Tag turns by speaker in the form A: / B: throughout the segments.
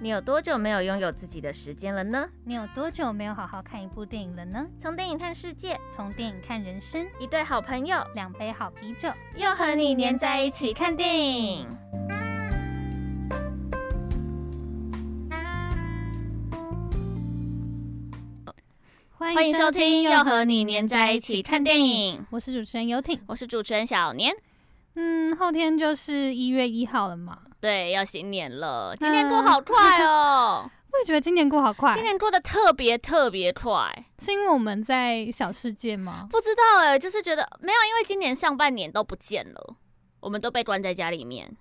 A: 你有多久没有拥有自己的时间了呢？
B: 你有多久没有好好看一部电影了呢？
A: 从电影看世界，
B: 从电影看人生，
A: 一对好朋友
B: 两杯好啤酒，
A: 又和你黏在一起看电影。
B: 欢
A: 欢迎收听《又和你黏在一起看电影》，
B: 我是主持人游艇。
A: 我是主持人小年。
B: 嗯，后天就是一月一号了嘛，
A: 对，要新年了，今天过好快 哦，
B: 我也觉得今年过好快啊
A: 今，年过得特别特别快。
B: 是因为我们在小世界吗？
A: 不知道哎、就是觉得没有，因为今年上半年都不见了，我们都被关在家里面。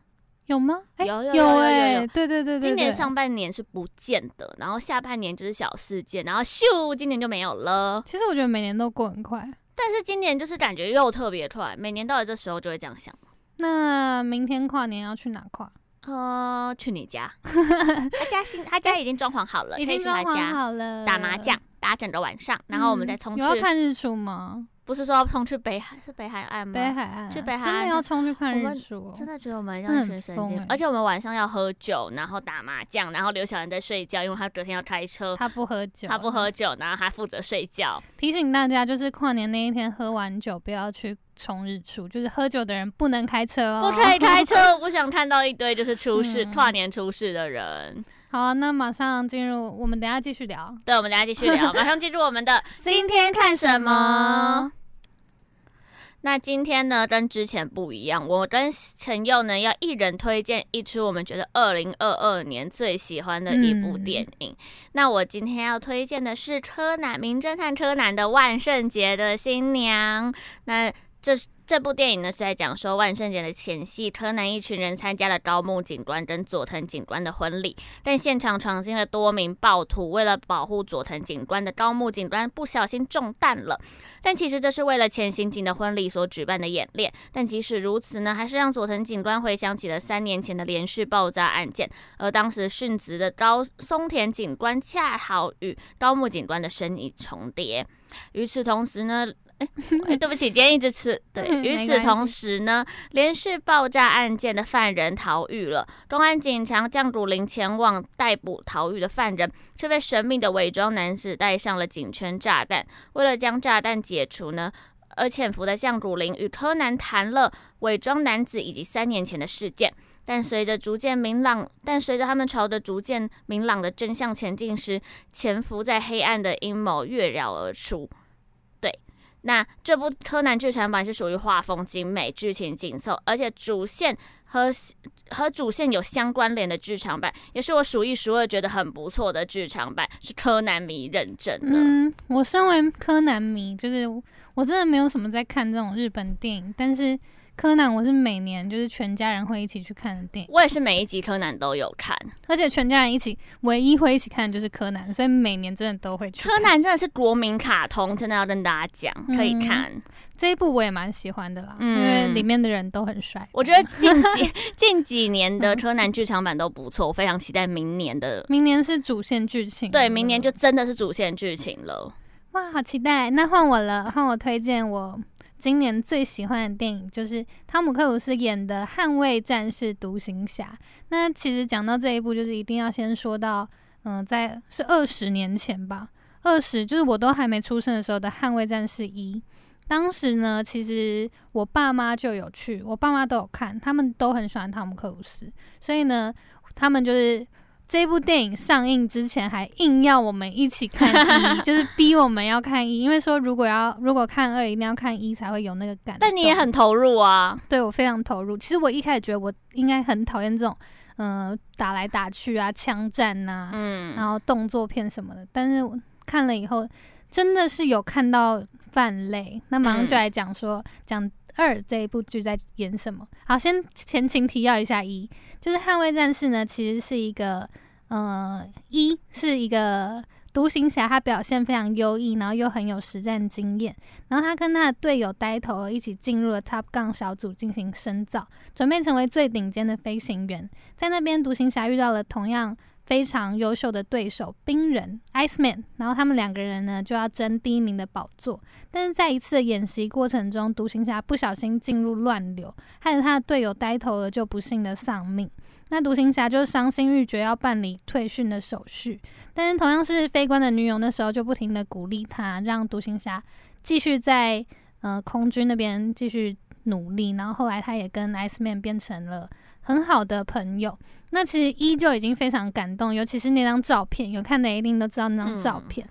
B: 有吗？哎
A: 有有有
B: 有
A: 有
B: 哎、
A: 有
B: 对对对对对，
A: 今年上半年是不见的，然后下半年就是小事件，然后咻，今年就没有了。
B: 其实我觉得每年都过很快。
A: 但是今年就是感觉又特别快，每年到了这时候就会这样想。
B: 那明天跨年要去哪跨？
A: 呃，去你 家，他家新他家已经装潢好了，
B: 已
A: 可以
B: 经
A: 去
B: 装
A: 他
B: 潢
A: 家
B: 好了，
A: 打麻将，打整个晚上，然后我们再冲
B: 嗯
A: 去，
B: 有要看日出吗？
A: 不是说要冲去北海是北海岸吗？
B: 北海岸啊、
A: 嗯去北海
B: 真
A: 岸
B: 的要冲去看
A: 我
B: 日
A: 们
B: 出、哦，
A: 真的觉得我们
B: 那
A: 像
B: 很
A: 学神
B: 疯
A: 经，
B: 欸
A: 而且我们晚上要喝酒，然后打麻将，然后刘小兰在睡觉，因为他隔天要开车，
B: 他不喝酒，
A: 他不喝酒，啊然后他负责睡觉。
B: 提醒大家，就是跨年那一天喝完酒不要去冲日出，就是喝酒的人不能开车哦。
A: 不可以开。车，我不想看到一堆就是出事、
B: 嗯
A: 跨年出事的人。
B: 好、啊，那马上进入，我们等一下继续聊。
A: 对，我们大家继续 聊，马上进入我们的今天看什么。那今天呢，跟之前不一样，我跟陈佑呢要一人推荐一出我们觉得二零二二年最喜欢的一部电影。那我今天要推荐的是柯南名侦探柯南的《万圣节的新娘》。那这这部电影呢是在讲说万圣节的前夕，柯南一群人参加了高木警官跟佐藤警官的婚礼，但现场闯进了多名暴徒。为了保护佐藤警官的高木警官不小心中弹了，但其实这是为了前刑警的婚礼所举办的演练。但即使如此呢，还是让佐藤警官回想起了三年前的连续爆炸案件，而当时殉职的高松田警官恰好与高木警官的身影重叠。与此同时呢，哎，对不起，今天一直吃。对，
B: 嗯
A: 与
B: 没
A: 此
B: 关
A: 同
B: 系
A: 时呢，连续爆炸案件的犯人逃狱了。公安警察降谷林前往逮捕逃狱的犯人，却被神秘的伪装男子带上了警圈炸弹。为了将炸弹解除呢，而潜伏的降谷林与柯南谈了伪装男子以及三年前的事件。但随着逐渐明朗，但随着他们朝着逐渐明朗的真相前进时，潜伏在黑暗的阴谋跃然而出。对，那这部柯南剧场版是属于画风精美、剧情紧凑，而且主线和和主线有相关联的剧场版，也是我数一数二觉得很不错的剧场版，是柯南迷认证的。
B: 嗯，我身为柯南迷，就是我真的没有什么在看这种日本电影，但是柯南我是每年就是全家人会一起去看的电影，
A: 我也是每一集柯南都有看，
B: 而且全家人一起唯一会一起看的就是柯南，所以每年真的都会去看。
A: 柯南真的是国民卡通，真的要跟大家讲，可以看。
B: 嗯这一部我也蛮喜欢的啦，
A: 嗯
B: 因为里面的人都很帅。
A: 我觉得近 几近几年的
B: 嗯
A: 柯南剧场版都不错，我非常期待明年的。
B: 明年是主线剧情，
A: 对，明年就真的是主线剧情了。
B: 嗯哇，好期待！那换我了，换我推荐我今年最喜欢的电影，就是汤姆克鲁斯演的《捍卫战士：独行侠》。那其实讲到这一部，就是一定要先说到，嗯、在是二十年前吧，二十就是我都还没出生的时候的《捍卫战士一》。当时呢，其实我爸妈就有去，我爸妈都有看，他们都很喜欢汤姆克鲁斯，所以呢，他们就是这部电影上映之前还硬要我们一起看一，就是逼我们要看一，因为说如果要如果看二一定要看一才会有那个感动。
A: 但你也很投入啊，
B: 对我非常投入。其实我一开始觉得我应该很讨厌这种，嗯、打来打去啊，枪战呐、
A: 嗯，
B: 然后动作片什么的。但是我看了以后，真的是有看到泛泪。那马上就来讲说讲。二这一部剧在演什么？好，先前情提要一下一，就是《捍卫战士》呢，其实是一个呃，一是一个独行侠，他表现非常优异，然后又很有实战经验，然后他跟他的队友呆头儿一起进入了 Top Gun 小组进行深造，准备成为最顶尖的飞行员。在那边，独行侠遇到了同样非常优秀的对手冰人 Iceman，然后他们两个人呢就要争第一名的宝座。但是在一次的演习过程中，独行侠不小心进入乱流，害得他的队友呆头鹅就不幸的丧命。那独行侠就伤心欲绝，要办理退训的手续。但是同样是飞官的女友那时候就不停的鼓励他，让独行侠继续在呃空军那边继续努力。然后后来他也跟 Iceman 变成了很好的朋友。那其实依旧已经非常感动，尤其是那张照片，有看的一定都知道那张照片。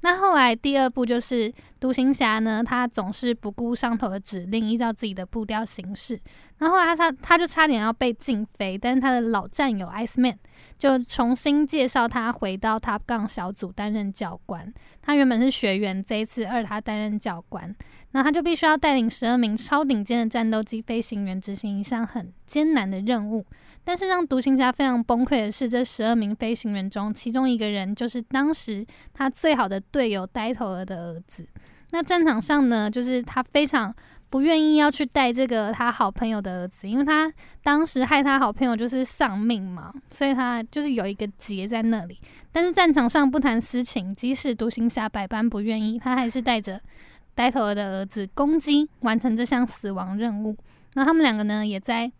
B: 那后来第二部就是独行侠呢，他总是不顾上头的指令，依照自己的步调行事。然后后来他差他就差点要被禁飞，但是他的老战友 Iceman 就重新介绍他回到 Top Gun 小组担任教官。他原本是学员，这一次二他担任教官，那他就必须要带领十二名超顶尖的战斗机飞行员执行一项很艰难的任务。但是让独行侠非常崩溃的是，这十二名飞行员中，其中一个人就是当时他最好的队友呆头鹅的儿子。那战场上呢，就是他非常不愿意要去带这个他好朋友的儿子，因为他当时害他好朋友就是丧命嘛，所以他就是有一个结在那里。但是战场上不谈私情，即使独行侠百般不愿意，他还是带着呆头鹅的儿子攻击，完成这项死亡任务。那他们两个呢，也在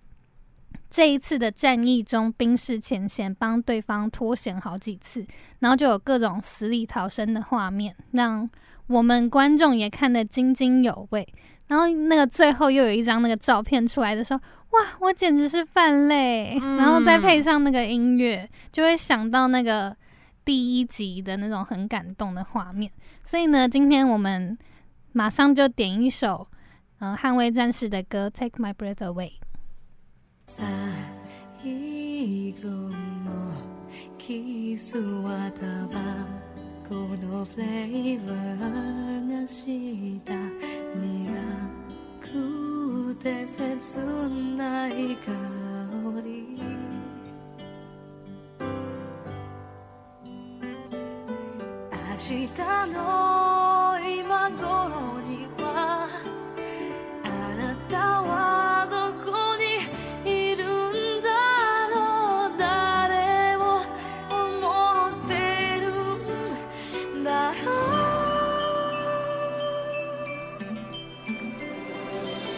B: 这一次的战役中冰释前嫌，帮对方脱险好几次，然后就有各种死里逃生的画面，让我们观众也看得津津有味。然后那个最后又有一张那个照片出来的时候，哇，我简直是泛泪。
A: 嗯
B: 然后再配上那个音乐，就会想到那个第一集的那种很感动的画面。所以呢，今天我们马上就点一首呃《捍卫战士》的歌《Take My Breath Away》。
C: 最後のキスはタバコのフレーバーがした苦くて切ない香り明日の今頃にはあなたはどこにいるんだろう誰を思ってるんだろ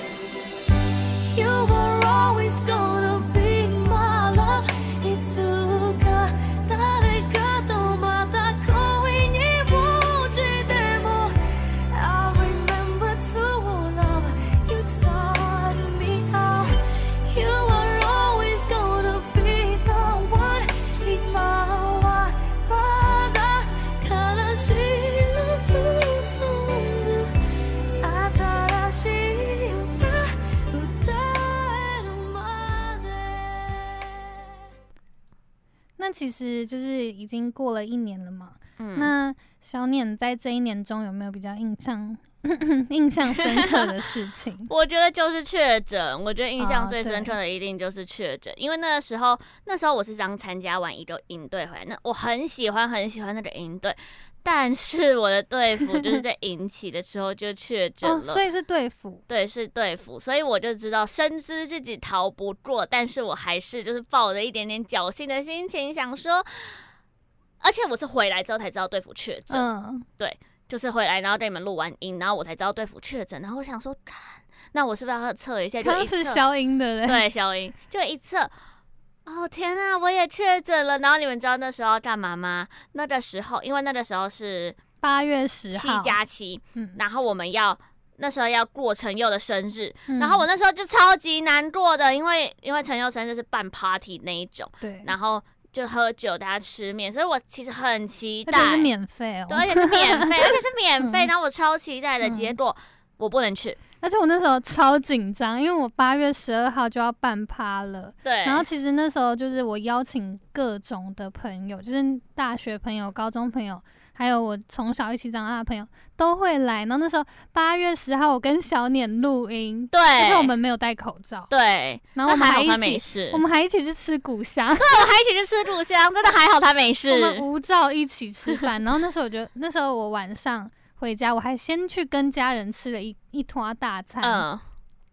C: う You were always gonna be my love いつか誰かとまた恋に落ちても I remember to love you taught me how you are always gonna be the one 今はまだ悲しい love song 新しい歌歌えるまで
B: 那其实就是已经过了一年了嘛。
A: 嗯，？
B: 那小念在这一年中有没有比较印象 印象深刻的事情
A: 我觉得就是确诊，我觉得印象
B: 哦
A: 最深刻的一定就是确诊，因为那个时候，那时候我是刚参加完一个营队回来，那我很喜欢很喜欢那个营队，但是我的队服就是在营起的时候就确诊
B: 哦，
A: 了。
B: 所以是队服。
A: 对，是队服，所以我就知道，深知自己逃不过，但是我还是就是抱着一点点侥幸的心情，想说，而且我是回来之后才知道队服确诊，
B: 嗯，
A: 就是回来，然后跟你们录完音，然后我才知道队服确诊，然后我想说，看，那我是不是要测一下？就
B: 刚
A: 一
B: 刚是
A: 测
B: 消音的人。
A: 对消音，就一测，哦天啊，我也确诊了。然后你们知道那时候要干嘛吗？那个时候，因为那个时候是
B: 八月十
A: 七
B: 号。
A: 加七，
B: 嗯，
A: 然后我们要那时候要过陈佑的生日，
B: 嗯
A: 然后我那时候就超级难过的，因为因为陈佑生日是办 party 那一种，
B: 对，
A: 然后就喝酒大家吃面，所以我其实很期
B: 而
A: 待
B: 且，是免费哦
A: 对，。而且是免费，而且是免费，
B: 嗯
A: 然后我超期待的，
B: 嗯
A: 结果我不能去。
B: 而且我那时候超紧张，因为我八月十二号就要办趴了。
A: 对，
B: 然后其实那时候就是我邀请各种的朋友，就是大学朋友、高中朋友，还有我从小一起长大的朋友都会来。然后那时候八月十号，我跟小碾录音，
A: 对，
B: 但是我们没有戴口罩，
A: 对，
B: 然后我们
A: 那还
B: 还
A: 好他
B: 一
A: 没
B: 起，
A: 事，
B: 我们还一起去吃古香，
A: 我们还一起去吃故乡，真的还好他没
B: 我们
A: 事。
B: 无照一起吃饭。然后那时候我觉得，那时候我晚上回家，我还先去跟家人吃了一一坨大餐，
A: 嗯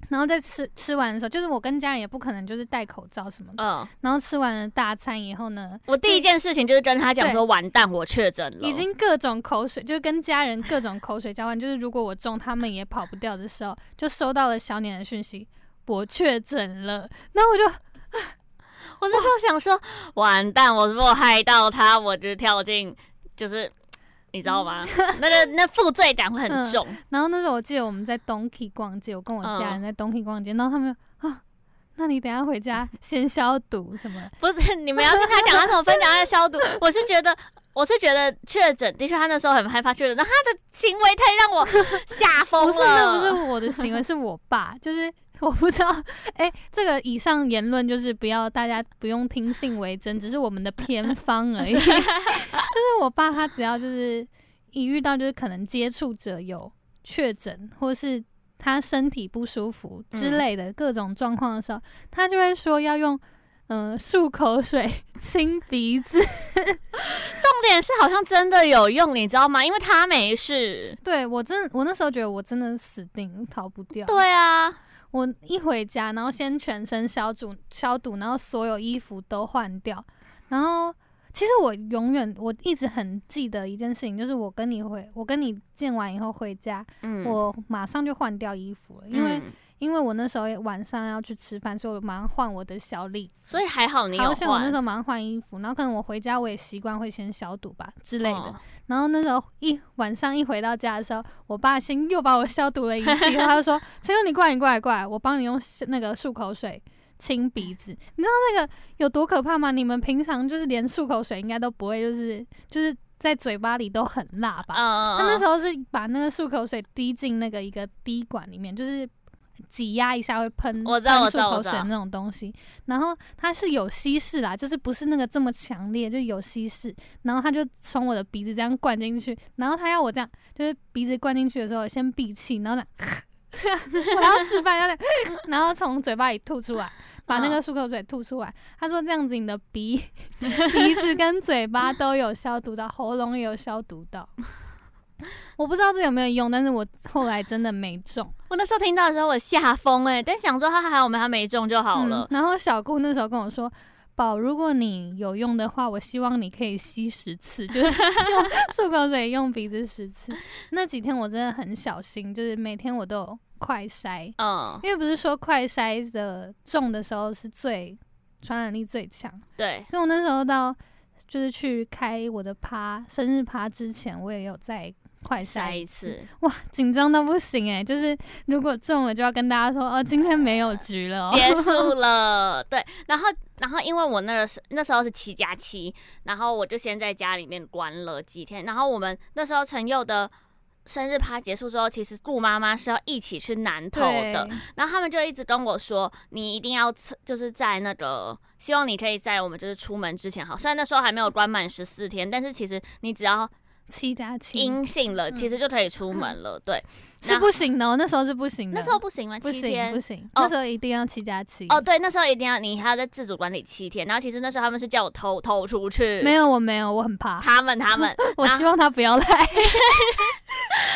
B: 然后在吃吃完的时候，就是我跟家人也不可能就是戴口罩什么的。
A: 嗯，
B: 然后吃完了大餐以后呢，
A: 我第一件事情就是跟他讲说，完蛋，我确诊了，
B: 已经各种口水，就是跟家人各种口水交换，就是如果我中，他们也跑不掉的时候，就收到了小年的讯息，我确诊了。那我就
A: 我那时候想说，完蛋，我如果害到他，我就跳进，就是你知道吗？那个那负罪感会很重。
B: 然后那时候我记得我们在东 k 逛街，我跟我家人在东 k 逛街，然后他们就啊，那你等一下回家先消毒什么的，
A: 不是你们要跟他讲他怎么分享他的消毒，我是觉得。我是觉得确诊的确，他那时候很害怕确诊，但他的行为太让我吓疯了。
B: 不是那不是我的行为，是我爸，就是 我不知道，哎、这个以上言论就是不要大家不用听信为真，只是我们的偏方而已。 就是我爸他只要就是一遇到就是可能接触者有确诊，或是他身体不舒服之类的各种状况的时候，他就会说要用。嗯，漱口水、 清鼻子，
A: 重点是好像真的有用，你知道吗？因为他没事。
B: 对我真，我那时候觉得我真的死定逃不掉。
A: 对啊，
B: 我一回家，然后先全身消毒消毒，然后所有衣服都换掉。然后其实我永远我一直很记得一件事情，就是我跟你回，我跟你见完以后回家，
A: 嗯，
B: 我马上就换掉衣服了，因为、
A: 嗯
B: 因为我那时候也晚上要去吃饭，所以我马上换我的小礼服。
A: 所以还好你有
B: 好像我那时
A: 换
B: 候马上换衣服，然后可能我回家我也习惯会先消毒吧之类的。
A: 哦
B: 然后那时候一晚上一回到家的时候，我爸先又把我消毒了一次，然后他就说：“陈佑，你过来，你过来，过来，我帮你用那个漱口水清鼻子。”你知道那个有多可怕吗？你们平常就是连漱口水应该都不会，就是就是在嘴巴里都很辣吧？
A: 嗯嗯，
B: 他那时
A: 候
B: 候是把那个漱口水滴进那个一个滴管里面，就是挤压一下会喷，
A: 我知道
B: 喷
A: 我知道
B: 漱
A: 我
B: 口
A: 知
B: 水
A: 道
B: 那种东西。然后它是有稀释啦，就是不是那个这么强烈，就有稀释。然后他就从我的鼻子这样灌进去，然后他要我这样，就是鼻子灌进去的时候先闭气，然后 这样我要示范，要这样然后从嘴巴里吐出来，把那个漱口水吐出来。他说这样子你的鼻 鼻子跟嘴巴都有消毒到，喉咙也有消毒到。我不知道这有没有用，但是我后来真的没中。
A: 我那时候听到的时候我吓疯哎，但想说他还好我们还没中就好了
B: 嗯。然后小顾那时候跟我说：“宝，如果你有用的话，我希望你可以吸十次，就是 用漱口水用鼻子十次。”那几天我真的很小心，就是每天我都有快筛，
A: 嗯，
B: 因为不是说快筛的中的时候是最传染力最强，
A: 对，
B: 所以我那时候到就是去开我的趴生日趴之前，我也有在快
A: 下
B: 筛
A: 一。 次
B: 哇，紧张到不行诶、就是如果中了，就要跟大家说哦，今天没有局了、哦。
A: 结束了，对，然后然后因为我那个时那时候是七加七，然后我就先在家里面关了几天，然后我们那时候陈佑的。生日趴结束之后，其实顾妈妈是要一起去南投
B: 对
A: 的，然后他们就一直跟我说，你一定要测就是在那个，希望你可以在我们就是出门之前好。虽然那时候还没有关满十四天，但是其实你只要
B: 七加七
A: 阴性了，
B: 嗯
A: 其实就可以出门了。对，
B: 是不行的、哦，那时候是不行的，
A: 那时候不行吗？
B: 不
A: 七
B: 行
A: 天
B: 不。行，
A: 哦
B: 那时候一定要七加七。
A: 哦，对，那时候一定要你还要在自主管理七天，然后其实那时候他们是叫我偷偷出去，
B: 没有我没有，我很怕，
A: 他们他们，
B: 我希望他 不要来，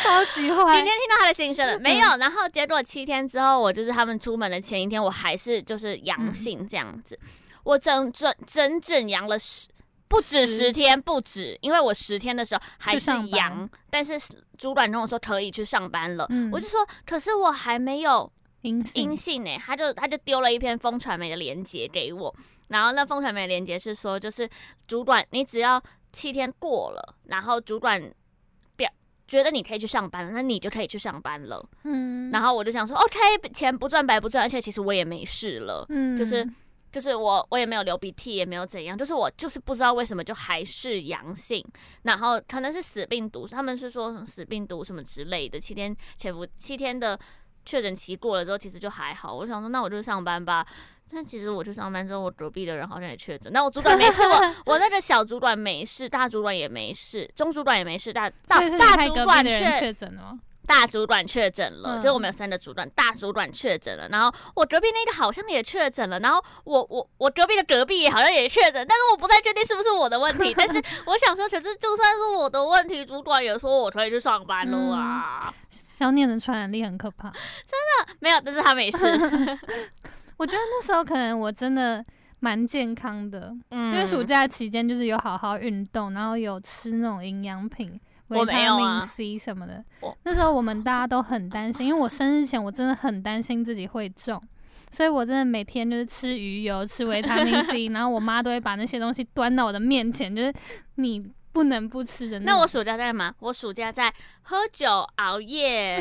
B: 超级
A: 今
B: 坏
A: 天。听到他的心声
B: 嗯
A: 了没有？然后结果七天之后，我就是他们出门的前一天，我还是就是阳性
B: 嗯
A: 这样子，我整整整整阳了十。不止
B: 十
A: 十天，不止，因为我十天的时候还
B: 去
A: 是
B: 上班
A: 阳，但是主管跟我说可以去上班了，
B: 嗯
A: 我就说可是我还没有
B: 阴性
A: 阴性呢、他就他就丢了一篇风传媒的链接给我，然后那风传媒的链接是说，就是主管你只要七天过了，然后主管表觉得你可以去上班了，那你就可以去上班了。
B: 嗯
A: 然
B: 后
A: 后我就想说，OK，钱不赚白不赚，而且其实我也没事了，
B: 嗯
A: 就是就是我我也没有流鼻涕，也没有怎样，就是我就是不知道为什么就还是阳性，然后可能是死病毒，他们是说什么死病毒什么之类的，七天潜伏七天的确诊期过了之后，其实就还好。我就想说，那我就上班吧。但其实我去上班之后，我隔壁的人好像也确诊，那我主管没事， 我我那个小主管没事，大主管也没事，中主管也没事，大大
B: 所以是
A: 大
B: 太
A: 主
B: 隔壁
A: 管
B: 的人
A: 确
B: 确诊了吗？
A: 大主管确诊了，
B: 嗯
A: 就是我们有三个主管，大主管确诊了，然后我隔壁那个好像也确诊了，然后我我我隔壁的隔壁好像也确诊，但是我不太确定是不是我的问 题，但是我想说，可是就算是我的问题，主管也说我可以去上班了
B: 嗯
A: 啊，
B: 小念的传染力很可怕。
A: 没有，但是他没 事，
B: 我觉得那时候可能我真的蛮健康的，
A: 嗯
B: 因为暑假期间就是有好好运动，然后有吃那种营养品。
A: 我
B: 维
A: 没有
B: 他
A: 啊
B: 命 C 什么的
A: 我，
B: 那时候我们大家都很担心，因为我生日前我真的很担心自己会中，所以我真的每天就是吃鱼油、吃维 他命 C，然后我妈都会把那些东西端到我的面前，就是你不能不吃的
A: 那
B: 种
A: 我暑假在干嘛？我暑假在喝酒、熬夜、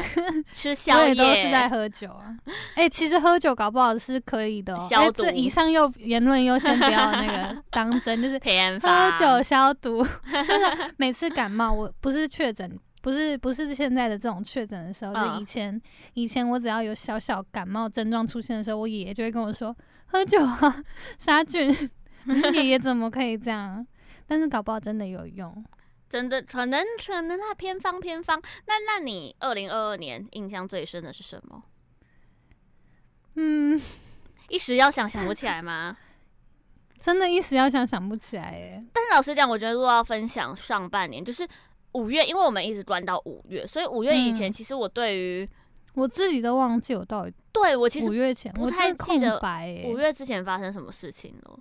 A: 吃
B: 我
A: 宵夜，
B: 也都是在喝酒啊。哎、其实喝酒搞不好是可以的、哦。
A: 消
B: 哎
A: 毒
B: 这以上又言论优先不要那个当真，就是
A: 偏
B: 喝
A: 方
B: 酒消毒。 就是每次感冒，我不是确诊，不是不是现在的这种确诊的时候，
A: 嗯
B: 就是以前以前我只要有小小感冒症状出现的时候，我爷爷就会跟我说喝酒啊，杀菌。你爷爷怎么可以这样？啊 但是搞不好真的有用。
A: 真的可能可能那偏方偏方。那那你二零二二年印象最深的是什么？
B: 嗯，
A: 一时要想想不起来吗？
B: 真的一时要想想不起来耶。
A: 但是老实讲，我觉得如果要分享上半年，就是五月，因为我们一直关到五月，所以五月以前
B: 嗯
A: 其实我对于、
B: 我自己都忘记我到底
A: 对我其
B: 五
A: 实
B: 月前，
A: 不
B: 我
A: 太
B: 真的
A: 记
B: 空
A: 得
B: 白耶、
A: 五月之前发生什么事情哦了。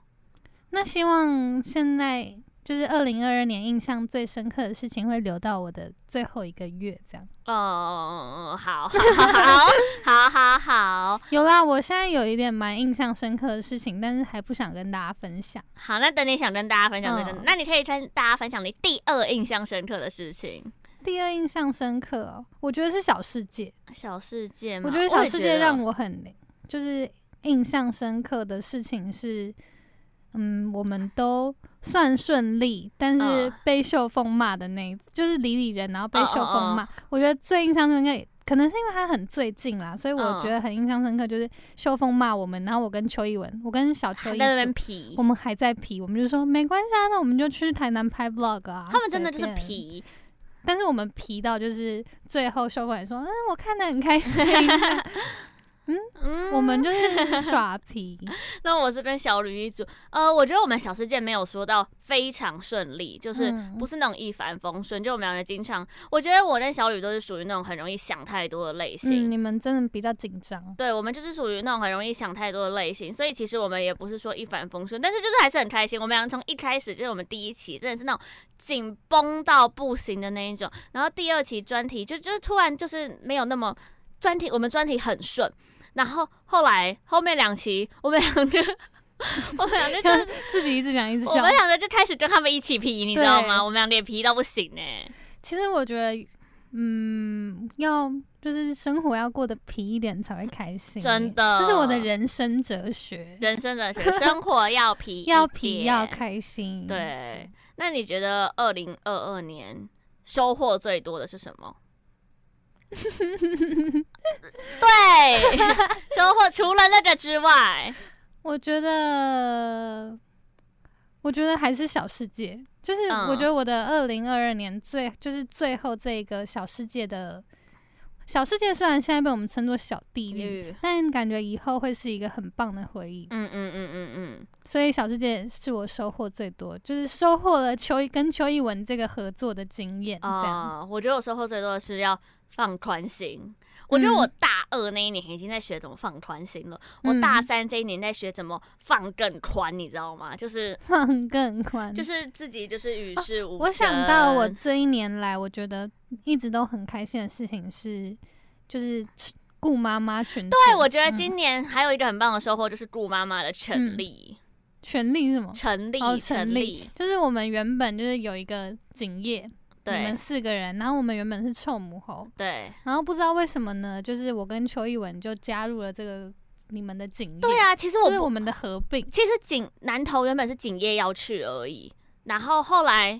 B: 那希望现在就是二零二二年印象最深刻的事情会留到我的最后一个月这样。
A: 嗯， 好，好，好，好，好，好，
B: 有啦，我现在有一点蛮印象深刻的事情，但是还不想跟大家分享。
A: 好，那等你想跟大家分享这个，
B: 嗯
A: 那你可以跟大家分享你第二印象深刻的事情，
B: 第二印象深刻哦，我觉得是小世界。
A: 小世界吗？
B: 我觉得小世界让
A: 啊我
B: 我很就是印象深刻的事情是，嗯，我们都算顺利，但是
A: 嗯
B: 被秀凤骂的那一，就是理理人，然后被秀凤骂。
A: 嗯
B: 我觉得最印象深刻，可能是因为他很最近啦，所以
A: 嗯
B: 我觉得很印象深刻，就是秀凤骂我们，然后我跟邱一文，我跟小邱
A: 还
B: 一
A: 在那边
B: 组
A: 皮
B: 我，们还在皮，我们就说没关系啊，那我们就去台南拍 vlog 啊。
A: 他们真的就是
B: 随便
A: 皮，
B: 但是我们皮到就是最后收管说，嗯，我看得很开心，
A: 嗯
B: 我们就是耍皮。嗯
A: 那我是跟小吕一组，呃，我觉得我们小世界没有说到非常顺利，就是
B: 嗯
A: 不是那种一帆风顺，就我们两个经常，我觉得我跟小吕都是属于那种很容易想太多的类型。
B: 嗯，你们真的比较紧张。
A: 对，我们就是属于那种很容易想太多的类型，所以其实我们也不是说一帆风顺，但是就是还是很开心。我们俩从一开始就是我们第一期真的是那种紧绷到不行的那一种，然后第二期专题就就突然就是没有那么专题，我们专题很顺，然后后来后面两期我们两个 我们两个 就是
B: 自己一直讲一直
A: 我
B: 笑
A: 们。两个就开始跟他们一起皮，你知道吗？
B: 对
A: 我们两个也皮到不行欸呢、
B: 其实我觉得，嗯，要就是生活要过得皮一点才会开心，
A: 真的
B: 这是我的人生哲学，
A: 人生的学，生活要皮一点，
B: 要皮要开心。，嗯
A: 对，那你觉得二零二二年收获最多的是什 么？对，收获除了那个之外，
B: 我觉得，我觉得还是小世界，就是
A: 嗯
B: 我觉得我的二零二二年最就是最后这个小世界的小世界，虽然现在被我们称作小地狱，
A: 嗯
B: 但感觉以后会是一个很棒的回忆。
A: 嗯嗯嗯嗯
B: 所以小世界是我收获最多，就是收获了邱一跟邱一文这个合作的经验，
A: 嗯，
B: 这样、
A: 啊、我觉得我收获最多的是要放宽心。我觉得我
B: 嗯
A: 大二那一年已经在学怎么放宽心了，我大
B: 嗯
A: 三这一年在学怎么放更宽，你知道吗？就是
B: 放更宽。
A: 就是自己就是与世无争。
B: 我想到我这一年来，我觉得一直都很开心的事情是，就是顾妈妈群。
A: 对，我觉得
B: 嗯
A: 今年还有一个很棒的收获就是顾妈妈的成
B: 嗯
A: 立，
B: 权利是什么？
A: 成立，
B: 哦
A: 成
B: 成立就是我们原本就是有一个景业，我们
A: 对
B: 四个人，然后我们原本是臭母猴，
A: 对，
B: 然后不知道为什么呢，就是我跟邱一文就加入了这个你们的景业，
A: 对啊，其实我
B: 就是
A: 不哦
B: 我们的合并
A: 其实景南投原本是景业要去而已，然后后来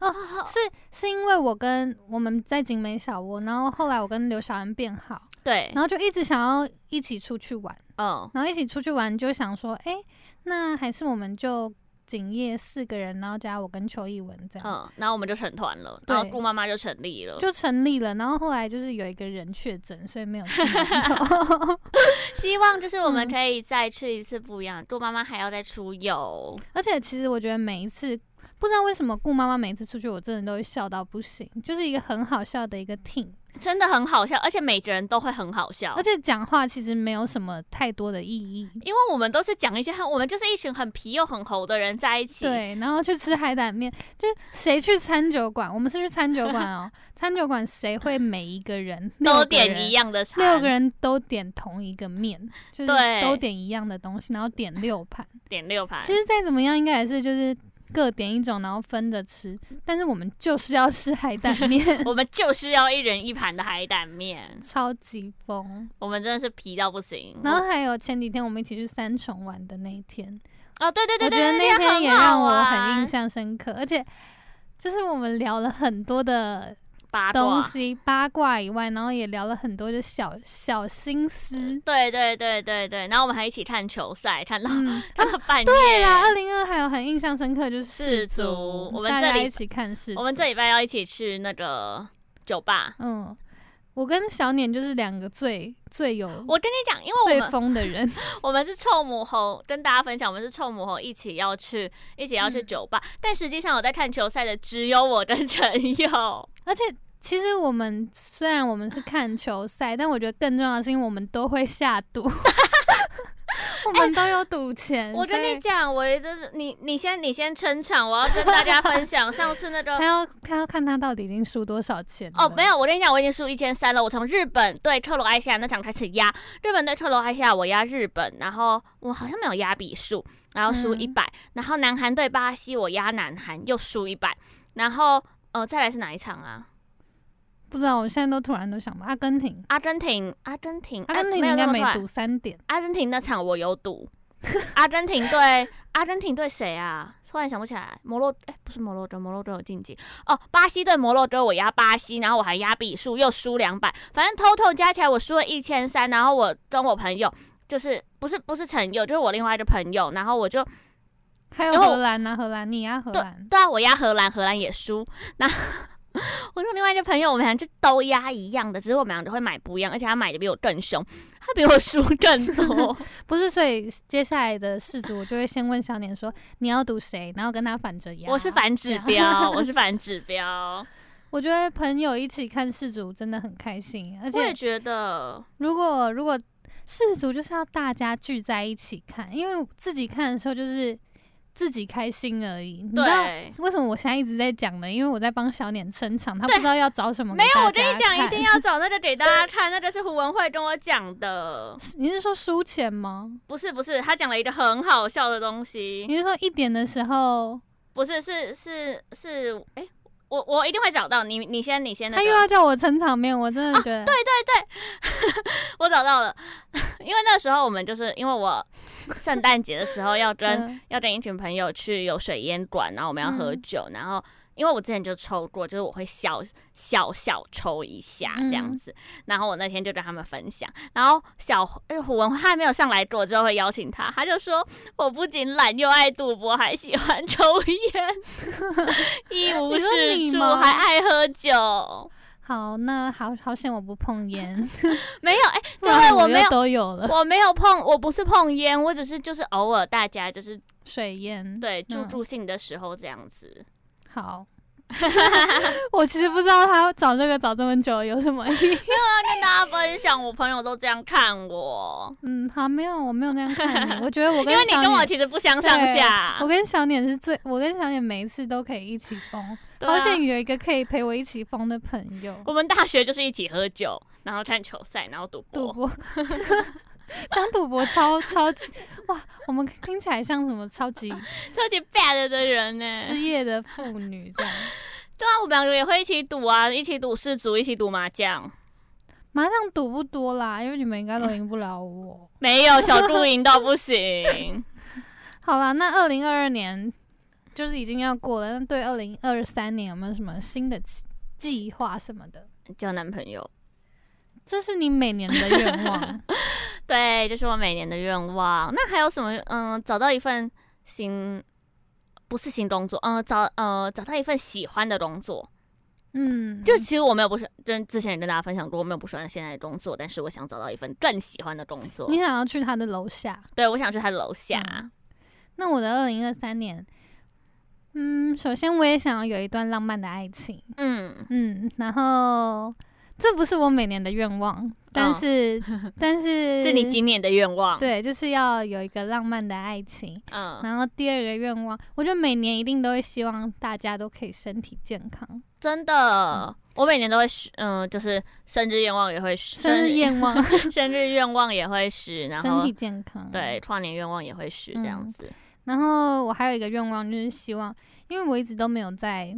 B: 哦
A: 啊
B: 是是因为我跟我们在景美小窝，然后后来我跟刘小安变好，
A: 对
B: 然，后就一直想要一起出去玩，
A: 嗯，
B: 然后一起出去玩就想说，哎、那还是我们就景业四个人，然后加我跟邱逸文这样，
A: 嗯，然后我们就成团了，
B: 对
A: 然后顾妈妈就成立了，
B: 就成立了。然后后来就是有一个人确诊，所以没有去南 投
A: 希望就是我们
B: 嗯
A: 可以再去一次不一样，顾妈妈还要再出游，
B: 而且其实我觉得每一次。不知道为什么顾妈妈每次出去，我真的都会笑到不行，就是一个很好笑的一个 team，
A: 真的很好笑，而且每个人都会很嗯好笑
B: 而。且讲话其实没有什么太多的意义。
A: 因为我们都是讲一些很，我们就是一群很皮又很猴的人在一起。，
B: 对，然后去吃海胆面，就是谁去餐酒馆？我们是去餐酒馆哦，餐酒馆谁会每一个人
A: 都点一
B: 样？
A: 样的餐，
B: 六个人都点同一个面，就是
A: 对哎
B: 都点一样的东西，然后点六盘。
A: 点六盘，
B: 其实再怎么样，应该也是就是各点一种，然后分着吃。但是我们就是要吃海胆面，
A: 我们就是要一人一盘的海胆面，
B: 超级疯。
A: 我们真的是皮到不行。
B: 然后还有前几天我们一起去三重玩的那一天，
A: 哦，对对对
B: 我
A: 对，
B: 觉得
A: 对
B: 那天也让我很印。
A: 对好玩啊
B: 象深刻，而且就是我们聊了很多的
A: 八
B: 东
A: 卦，
B: 西八卦以外，然后也聊了很多就小小心思。
A: 对对对对对，然后我们还一起看球赛，看到
B: 嗯，
A: 看到半夜。对
B: 对啊，二零二还有很印象深刻就是
A: 世
B: 足，
A: 足我们
B: 大
A: 这
B: 家
A: 里
B: 一起看世足，
A: 我们这礼拜要一起去那个酒吧。
B: 嗯，我跟小碾就是两个最最有
A: 我跟你讲，因为
B: 最
A: 我们
B: 嗯疯的人，
A: 我们是臭母猴，跟大家分享，我们是臭母猴一起要去一起要去
B: 嗯
A: 酒吧，但实际上我在看球赛的 只有我跟陈友。
B: 而且。其实我们虽然我们是看球赛，但我觉得更重要的是，因为我们都会下 赌，我们都有赌钱。
A: 哎我跟
B: 所以
A: 你讲，我也就是你你先你先撑场，我要跟大家分享上次那个
B: 他要他要看他到底已经输多少钱
A: 哦，
B: 了
A: 没，有，我跟你讲，我已经输一千三了。我从日本对克罗埃西亚那场开始压，日本对克罗埃西亚我压日本，然后我好像没有压比数，然后输
B: 嗯
A: 一百、然后南韩对巴西我压南韩又输一百，然后呃再来是哪一场啊？
B: 不知道，我现在都突然都想不到阿根廷，
A: 阿根廷，阿根廷，
B: 阿根廷
A: 哎
B: 应该没。
A: 有那么
B: 赌
A: 快
B: 三点，
A: 阿根廷那场我有赌，阿根廷对阿根廷对谁啊？突然想不起来，摩洛哎、不是摩洛哥，摩洛哥有晋级哦。巴西对摩洛哥，我压巴西，然后我还压比数，又输两百，反正 total 加起来我输了一千三。然后我跟我朋友就是不是不是陈友，就是我另外一个朋友，然后我就
B: 还有
A: 然后
B: 荷兰啊，荷兰，你啊，荷兰，
A: 对啊，我压荷兰，荷兰也输。那 我说另外一个朋友，我们俩就都压一样的，只是我们俩都会买不一样，而且他买的比我更凶，他比我输更多。
B: 不是，所以接下来的世足，我就会先问小年说你要赌谁，然后跟他反着压。
A: 我是，反指标， 我是反指标。
B: 我觉得朋友一起看世足真的很开心，而
A: 我也
B: 且
A: 觉得，
B: 如果如果世足就是要大家聚在一起看，因为自己看的时候就是自己开心而已，你知道。
A: 对，
B: 为什么我现在一直在讲呢？因为我在帮小年撑场，他不
A: 对
B: 知道要找什么。
A: 没有，我跟你讲，一定。要找那个给大家看，那个是胡文慧跟我讲的，
B: 你是说输钱吗？
A: 不是不是，他讲了一个很好笑的东西，
B: 你是说一点的时候
A: 不是是是是，哎、我我一定会找到你，你先你先那
B: 他又
A: 个，
B: 要叫我撑场面，我真的觉
A: 啊
B: 得、对
A: 我找到了， 因为那时候我们就是因为我圣诞节的时候要跟要跟一群朋友去有水烟馆，然后我们要喝
B: 嗯
A: 酒，然后因为我之前就抽过，就是我会小小小抽一下这样
B: 嗯
A: 子，然后我那天就跟他们分享，然后小呃胡文他还没有上来过，之后会邀请他，他就说我不仅懒又爱赌博，还喜欢抽烟， 一无
B: 你说
A: 是
B: 你
A: 处，
B: 吗
A: 还爱喝酒，
B: 好，那好好险我不 碰烟，
A: 没有哎，
B: 不
A: 各位
B: 然
A: 我没
B: 又
A: 有。
B: 都嗯有了
A: 我没有碰，我不是碰烟，我只是就是偶尔大家就是
B: 水烟。
A: 对助
B: 嗯
A: 助兴的时候这样子。
B: 好，我其实不知道他找这个找这么久有什么意义。
A: 跟大家分享，我朋友都这样看我，
B: 嗯，好，没有，我没有那样看你。我觉得我
A: 因
B: 跟
A: 为你
B: 小
A: 跟我
B: 脸
A: 其实不相上下
B: 我。跟小脸是最，我跟小脸每一次都可以一起疯，
A: 对
B: 好
A: 啊
B: 险有一个可以陪我一起疯的朋友。
A: 我们大学就是一起喝酒，然后看球赛，然后赌
B: 赌
A: 博。
B: 博， 讲赌博超超级哇，我们听起来像什么 超级
A: 超级 bad 的人呢、
B: 失业的妇女这样。
A: 对啊，我们两个也会一起赌啊，一起赌世足，一起赌麻将。
B: 麻将赌不多啦，因为你们应该都赢不了我。
A: 没有小猪赢到不行。
B: 好啦，那二零二二年就是已经要过了，那对二零二三年有没有什么新的计计划什么的？
A: 交男朋友，
B: 这是你每年的 愿望。
A: 对，这、是我每年的愿望。那还有什么？嗯，找到一份新，不是新工作，嗯，找呃找到一份喜欢的工作。
B: 嗯，
A: 就其实我没有不是，跟之前也跟大家分享过，我没有不喜欢现在的工作，但是我想找到一份更喜欢的工作
B: 你。想要去他的楼下。
A: 对，我想去他的楼下。
B: 嗯那我的二零二三年，嗯，首先我也想要有一段浪漫的爱情，
A: 嗯，
B: 嗯，然后这不是我每年的愿望，但
A: 嗯
B: 是、但嗯是
A: 是你今年的愿望。，
B: 对，就是要有一个浪漫的爱情。
A: 嗯，
B: 然后第二个愿望，我觉得每年一定都会希望大家都可以身体健康，
A: 真的，我每年都会许，嗯，就是生日愿望也会许，
B: 生日愿望
A: 生日愿望也会许，然
B: 身
A: 后
B: 体健康。
A: 对，跨年愿望也会许，这样
B: 嗯
A: 子。
B: 然后我还有一个愿望就是希望，因为我一直都没有在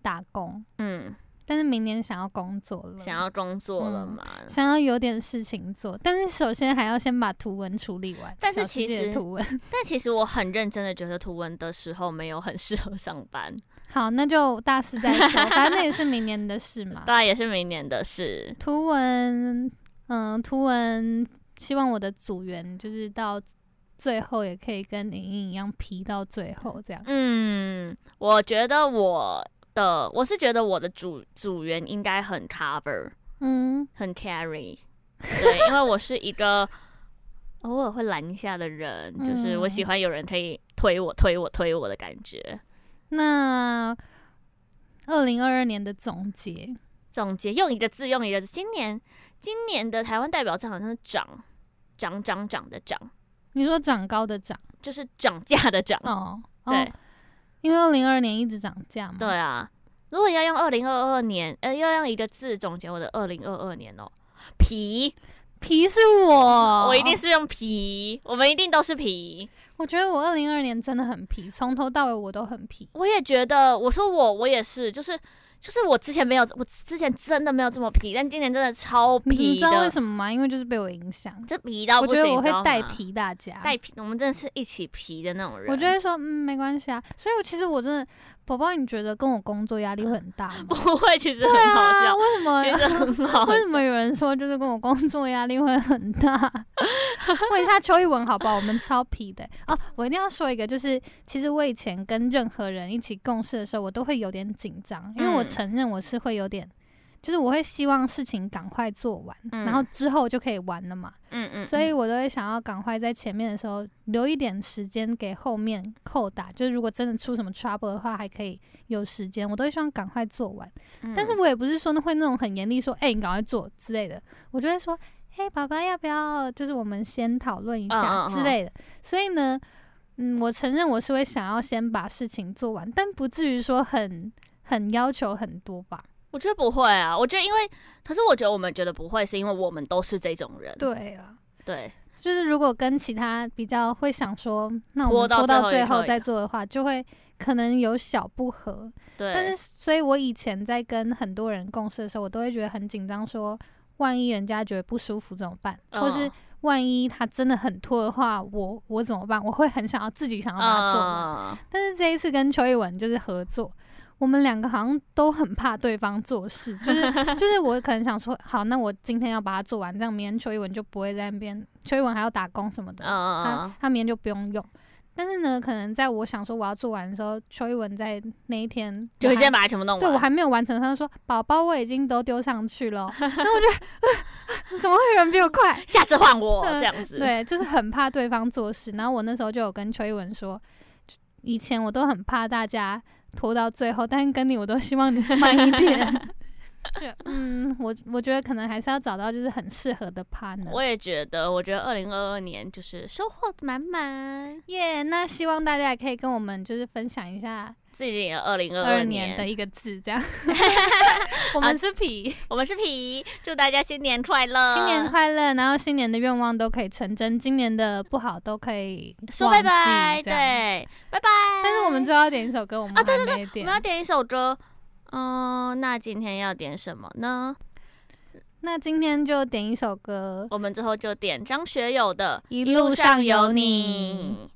B: 打工，
A: 嗯，
B: 但是明年想要工作了，
A: 想要工作了
B: 嗯
A: 嘛？
B: 想要有点事情做，但是首先还要先把图文处理完。
A: 但是
B: 小世
A: 其
B: 界
A: 实
B: 的图文
A: 但其实我很认真的觉得图文的时候没有很适合上班，
B: 好，那就大四再说，反正那也是明年的事嘛。
A: 当然也是明年的事。
B: 图文，嗯，图文，希望我的组员就是到最后也可以跟莹莹一样皮到最后这样。
A: 嗯，我觉得我的我是觉得我的组组员应该很 cover，
B: 嗯，
A: 很 carry，对，因为我是一个偶尔会拦一下的人，就是我喜
B: 嗯
A: 欢有人可以推我、推我、推我的感觉。
B: 那二零二二年的总结，
A: 总结用一个字，用一个字。今年今年的台湾代表战好像是涨涨涨涨的涨，
B: 你说长高的长
A: 就是涨价的涨。
B: 哦，哦
A: 对，
B: 因为二零二二年一直涨价嘛。
A: 对，啊，如果要用二零二二年，呃，要用一个字总结我的二零二二年哦，皮，
B: 皮是我，
A: 我一定是用皮，我们一定都是皮。
B: 我觉得我二零二年真的很皮，从头到尾我都很皮。
A: 我也觉得，我说我我也是，就是就是我之前没有，我之前真的没有这么皮，但今年真的超
B: 你
A: 皮
B: 知道为
A: 的，
B: 什么吗？因为就是被我影响，
A: 这皮到
B: 我
A: 不
B: 觉
A: 行，
B: 得我
A: 你知道
B: 会带
A: 吗，
B: 皮大家。
A: 带皮，我们真的是一起皮的那种人。
B: 我就会说，嗯，没关系啊。所以，我其实我真的，宝宝，你觉得跟我工作压力会很大吗？
A: 不会，其实很
B: 对
A: 好
B: 啊，
A: 笑，
B: 为什么
A: 其？实很好笑
B: 为。什么有人说就是跟我工作压力会很大？ 问一下邱一文好不好？我们超皮的哦！我一定要说一个，就是其实我以前跟任何人一起共事的时候，我都会有点紧张，因为我
A: 嗯
B: 承认我是会有点，就是我会希望事情赶快做完，然后
A: 嗯
B: 之后就可以玩了嘛。
A: 嗯嗯，
B: 所以我都会想要赶快在前面的时候留一点时间给后面扣打，就是如果真的出什么 trouble 的话，还可以有时间，我都会希望赶快做完。
A: 嗯
B: 但是我也不是说会那种很严厉说，哎、你赶快做之类的，我就会说，嘿，爸爸要不要，就是我们先讨论一
A: 嗯嗯
B: 下
A: 嗯
B: 之类的。所以呢，嗯，我承认我是会想要先把事情做完，但不至于说很很要求很多吧。
A: 我觉得不会啊，我觉得因为，可是我觉得我们觉得不会，是因为我们都是这种人。
B: 对啊。
A: 对
B: 就是如果跟其他比较会想说，那我
A: 拖到
B: 们拖到
A: 最
B: 最
A: 后一刻
B: 后再做的话，就会可能有小不合。
A: 对，
B: 但是，所以我以前在跟很多人共事的时候，我都会觉得很紧张，说万一人家觉得不舒服怎么办，
A: 嗯
B: 或是万一他真的很拖的话，我我怎么办？我会很想要自己想要把它做完。
A: 嗯
B: 但是这一次跟邱一文就是合作。我们两个好像都很怕对方做事，就是 就是我可能想说，好，那我今天要把它做完，这样明天邱一文就不会在那边，邱一文还要打工什么的，
A: 嗯
B: 他他明天就不用用。但是呢，可能在我想说我要做完的时候，邱一文在那一天
A: 就
B: 我
A: 会
B: 还
A: 先把它全部弄完。
B: 对我还没有完成，他就说宝宝我已经都丢上去了，那我就、 怎么会有人比我快？
A: 下次换我
B: 嗯
A: 这样子。，
B: 对，就是很怕对方做事。然后我那时候就有跟邱一文说，就以前我都很怕大家拖到最后，但是跟你我都希望你慢一点。 就嗯，我我觉得可能还是要找到就是很适合的 partner。
A: 我也觉得，我觉得二零二二年就是收获满满，
B: 耶那希望大家也可以跟我们就是分享一下
A: 自己的二零二
B: 二
A: 二
B: 年的
A: 年，
B: 一个 字，这样。我们是皮，
A: 啊我们是皮，祝大家新年快乐，
B: 新年快乐，然后新年的愿望都可以成真，今年的不好都可以
A: 说拜
B: 忘记
A: 拜，
B: 这样。
A: 对，拜拜。
B: 但是我们最后要点一首歌，我们
A: 啊对
B: 还没
A: 我
B: 点
A: 们。要点一首歌，嗯、那今天要点什么呢？
B: 那今天就点一首歌，
A: 我们之后就点张学友的《
B: 一
A: 一路
B: 路上
A: 上
B: 有
A: 有
B: 你
A: 你》。